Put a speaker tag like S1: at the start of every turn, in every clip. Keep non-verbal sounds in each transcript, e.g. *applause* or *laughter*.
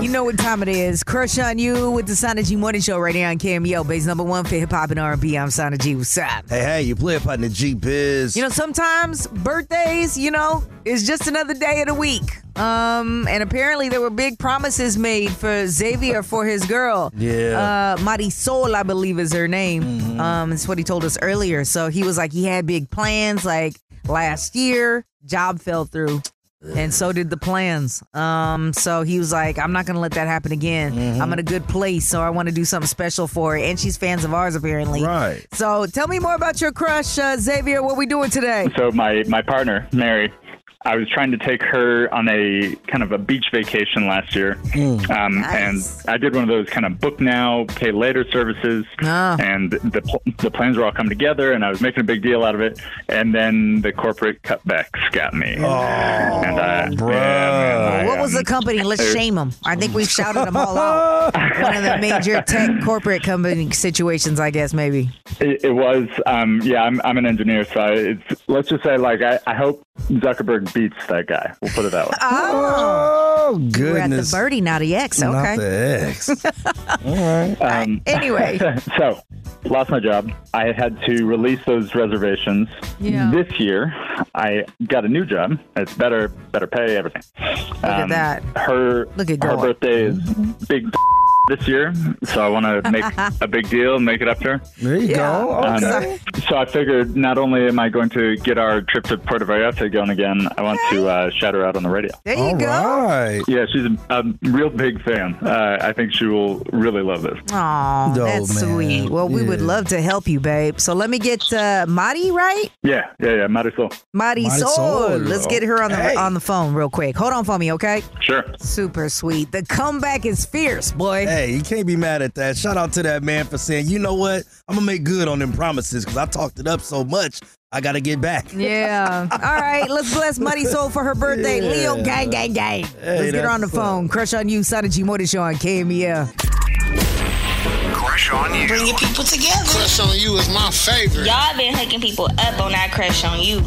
S1: You know what time it is. Crush on you with the Sana G Morning Show right here on Cameo, base number one for hip hop and R&B. I'm Sana G. What's up?
S2: Hey, hey, you play up on the G Biz.
S1: You know, sometimes birthdays, you know, is just another day of the week. Um, and apparently there were big promises made for Xavier for his girl.
S2: Yeah. Mm-hmm.
S1: Uh, Marisol, I believe is her name. Um, it's what he told us earlier. So he was like, he had big plans. Like last year, job fell through. And so did the plans. Um, so he was like, I'm not gonna let that happen again.
S2: Mm-hmm.
S1: I'm in a good place, so I want to do something special for her. And she's fans of ours, apparently.
S2: Right.
S1: So tell me more about your crush, uh, Xavier. What we doing today?
S3: So my my partner, Mary, I was trying to take her on a kind of a beach vacation last year, um,
S1: Hmm. Nice.
S3: and I did one of those kind of book now, pay later services,
S1: Ah.
S3: and the pl- the plans were all coming together, and I was making a big deal out of it, and then the corporate cutbacks got me. Oh, and I,
S2: bruh.
S3: man, I,
S1: What was the
S3: um,
S1: company? Let's shame them. I think we shouted them all
S2: *laughs*
S1: out. One of the major tech corporate company situations, I guess, maybe.
S3: It, it was, um, yeah. I'm, I'm an engineer, so I, it's, let's just say, like, I, I hope Zuckerberg beats that guy. We'll put it
S1: *laughs*
S3: that way.
S2: Oh,
S1: We're at the
S2: goodness.
S1: birdie, not the X. Okay.
S2: Not the X.
S3: Um,
S1: Anyway,
S3: *laughs* so, lost my job. I had to release those reservations.
S1: Yeah.
S3: This year, I got a new job. It's better, better pay, everything. Look
S1: at that.
S3: Her,
S1: Look at
S3: her
S1: God.
S3: birthday is big *laughs* this year, so I want
S1: *laughs*
S3: to make a big deal and make it up to her.
S2: There you go.
S3: Um,
S2: Okay.
S3: so I figured not only am I going to get our trip to Puerto Vallarta going again, I want to uh, shout her out on the radio.
S1: there you
S2: All
S1: go.
S2: right.
S3: Yeah, she's a, a real big fan. Uh, I think she will really love this.
S1: Aw,
S2: Oh,
S1: that's
S2: man.
S1: sweet. Well, we would
S2: Yeah.
S1: love to help you, babe. So let me get uh, Mari, right?
S3: Yeah, yeah, yeah. Marisol.
S1: Mari Sol.
S2: Marisol.
S1: Let's get her on the
S2: Hey.
S1: on the phone real quick. Hold on for me, okay?
S3: Sure.
S1: Super sweet. The comeback is fierce, boy.
S2: Hey, you can't be mad at that. Shout out to that man for saying, you know what? I'm going to make good on them promises because I talked it up so much. I got to get back.
S1: Yeah. *laughs* All right. Let's bless Muddy Soul for her birthday.
S2: Yeah.
S1: Leo, gang, gang, gang. let's get her
S2: that's
S1: on the
S2: what's
S1: phone. Crush on you, Sada G Morning Show on KMEL.
S4: Crush on you.
S5: Bringing people together.
S6: Crush on you is my favorite.
S7: Y'all been hooking people up on that crush on you.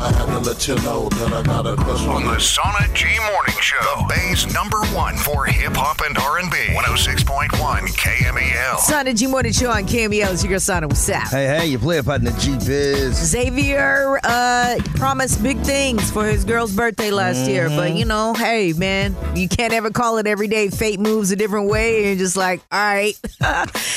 S4: On the Sauna G Morning Show, the Bay's number one for hip hop and oh R&B. 106.1 KMEL.
S1: Sada G Morning Show on KMEL. It's your girl, Sada. What's up?
S2: Hey, hey, you play up on the G Biz.
S1: Xavier uh, promised big things for his girl's birthday last year,
S2: Mm-hmm.
S1: but you know, hey man, you can't ever call it every day. Fate moves a different way, and you're just like, all right. *laughs*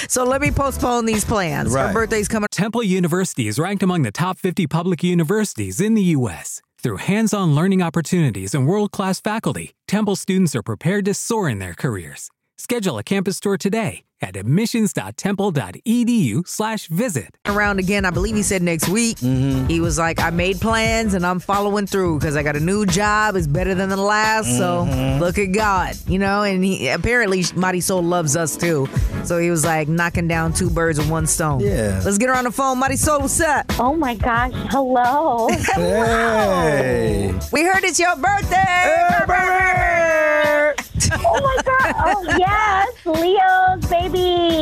S1: so let me postpone these plans. Her
S2: Right.
S1: birthday's coming
S8: Temple University is ranked among the top 50 public universities in the U.S. Through hands on learning opportunities and world class faculty, Temple students are prepared to soar in their careers. Schedule a campus tour today at E admissions.temple.edu/slash visit.
S1: around again. I believe he said next week. He was like, I made plans and I'm following through because I got a new job. It's better than the last. So look at God, you know. And he apparently Marisol loves us too. So he was like knocking down two birds with one stone.
S2: Yeah.
S1: Let's get her on the phone. Marisol, what's up?
S9: Oh my gosh, hello.
S2: Hey.
S1: We heard it's your birthday.
S9: Oh my god. *laughs* Oh yes, Leo's baby.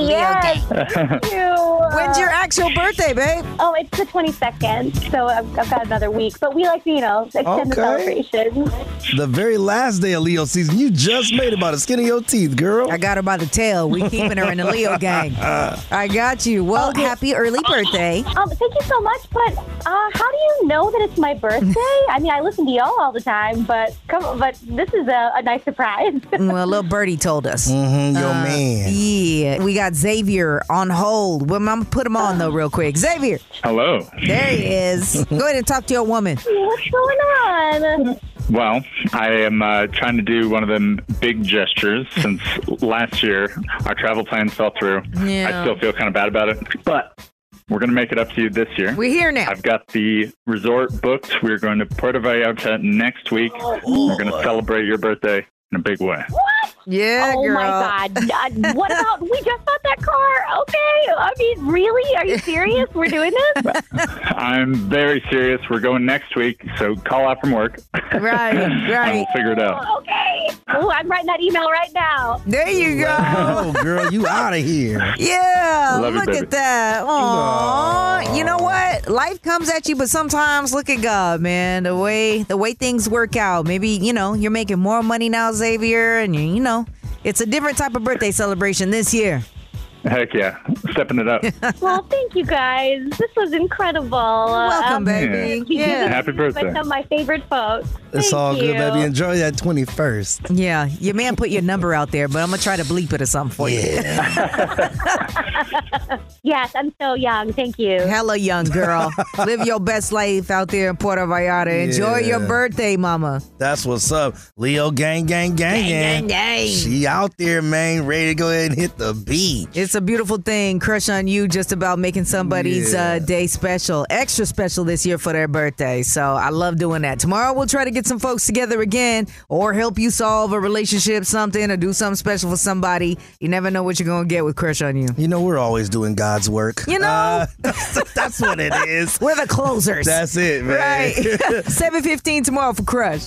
S9: yes. Thank you.
S1: When's your actual birthday, babe?
S9: Oh, it's the 22nd, so I've, I've got another week. But we like to, you know, extend the
S2: Okay.
S9: celebration.
S2: The very last day of Leo season, you just made about the skin of your teeth, girl.
S1: I got her by the tail. We keeping her in the Leo gang. I got you. Well, happy early birthday.
S9: Um, thank you so much. But uh, how do you know that it's my birthday?
S2: *laughs*
S9: I mean, I listen to y'all all the time, but come, but this is a, a nice
S2: *laughs*
S9: surprise.
S1: Well, little birdie told us.
S2: Mm, your
S1: uh,
S2: man.
S1: Yeah, we got Xavier on hold. Well, I'm gonna put him on though, real quick. Xavier,
S3: Hello.
S1: there he
S3: *laughs*
S1: is. Go ahead and talk to your woman.
S9: What's going on?
S3: Well, I am uh, trying to do one of them
S1: *laughs*
S3: big gestures since last year our travel plans fell through.
S1: Yeah.
S3: I still feel kind of bad about it, but we're going to make it up to you this year.
S1: We're here now.
S3: I've got the resort booked. We're going to Puerto Vallarta next week. We're going to celebrate your birthday in a big way.
S9: What?
S1: Yeah,
S9: oh
S1: girl.
S9: my
S2: *laughs*
S9: God. Uh, what about, we just bought that car. Okay. I mean, really? Are you serious? We're doing
S3: *laughs*
S9: this?
S3: I'm very serious. We're going next week, so call out from work. *laughs*
S1: Right,
S3: And *laughs*
S1: right.
S3: we'll figure it out.
S9: Okay. Oh, I'm writing that email right now.
S1: There you go.
S2: Oh, girl, you out of here.
S1: Yeah,
S3: Love you,
S1: look
S3: baby.
S1: at that. Aww. You know what? Life comes at you, but sometimes look at God, man. The way the way things work out. Maybe you know you're making more money now, Xavier, and you, you know it's a different type of birthday celebration this year.
S3: Heck yeah. Stepping it up.
S9: Well, thank you guys. This was incredible. Uh,
S1: Welcome,
S9: Um,
S1: baby.
S9: You
S1: Yeah.
S9: *laughs* did
S3: Happy birthday.
S9: Become my favorite folks.
S2: It's
S9: Thank
S2: all
S9: you.
S2: good, baby. Enjoy that 21st.
S1: Yeah, your man put your number out there, but I'm gonna try to bleep it or something for you.
S9: Yes, I'm so young. Thank you.
S1: Hella young
S2: *laughs*
S1: girl, live your best life out there in Puerto Vallarta. Enjoy
S2: Yeah.
S1: your birthday, mama.
S2: That's what's up. Leo gang, gang, gang, gang. She out there, man, ready to go ahead and hit the beat.
S1: It's a beautiful thing. Crush on you, just about making somebody's
S2: Yeah.
S1: uh, day special, extra special this year for their birthday. So I love doing that. Tomorrow we'll try to get some folks together again, or help you solve a relationship, something, or do something special for somebody. You never know what you're gonna get with Crush on you.
S2: You know, we're always doing God's work. Uh,
S1: You know?
S2: *laughs* that's, that's what it is.
S1: We're the closers.
S2: That's it, man.
S1: *laughs* right. Seven fifteen tomorrow for Crush.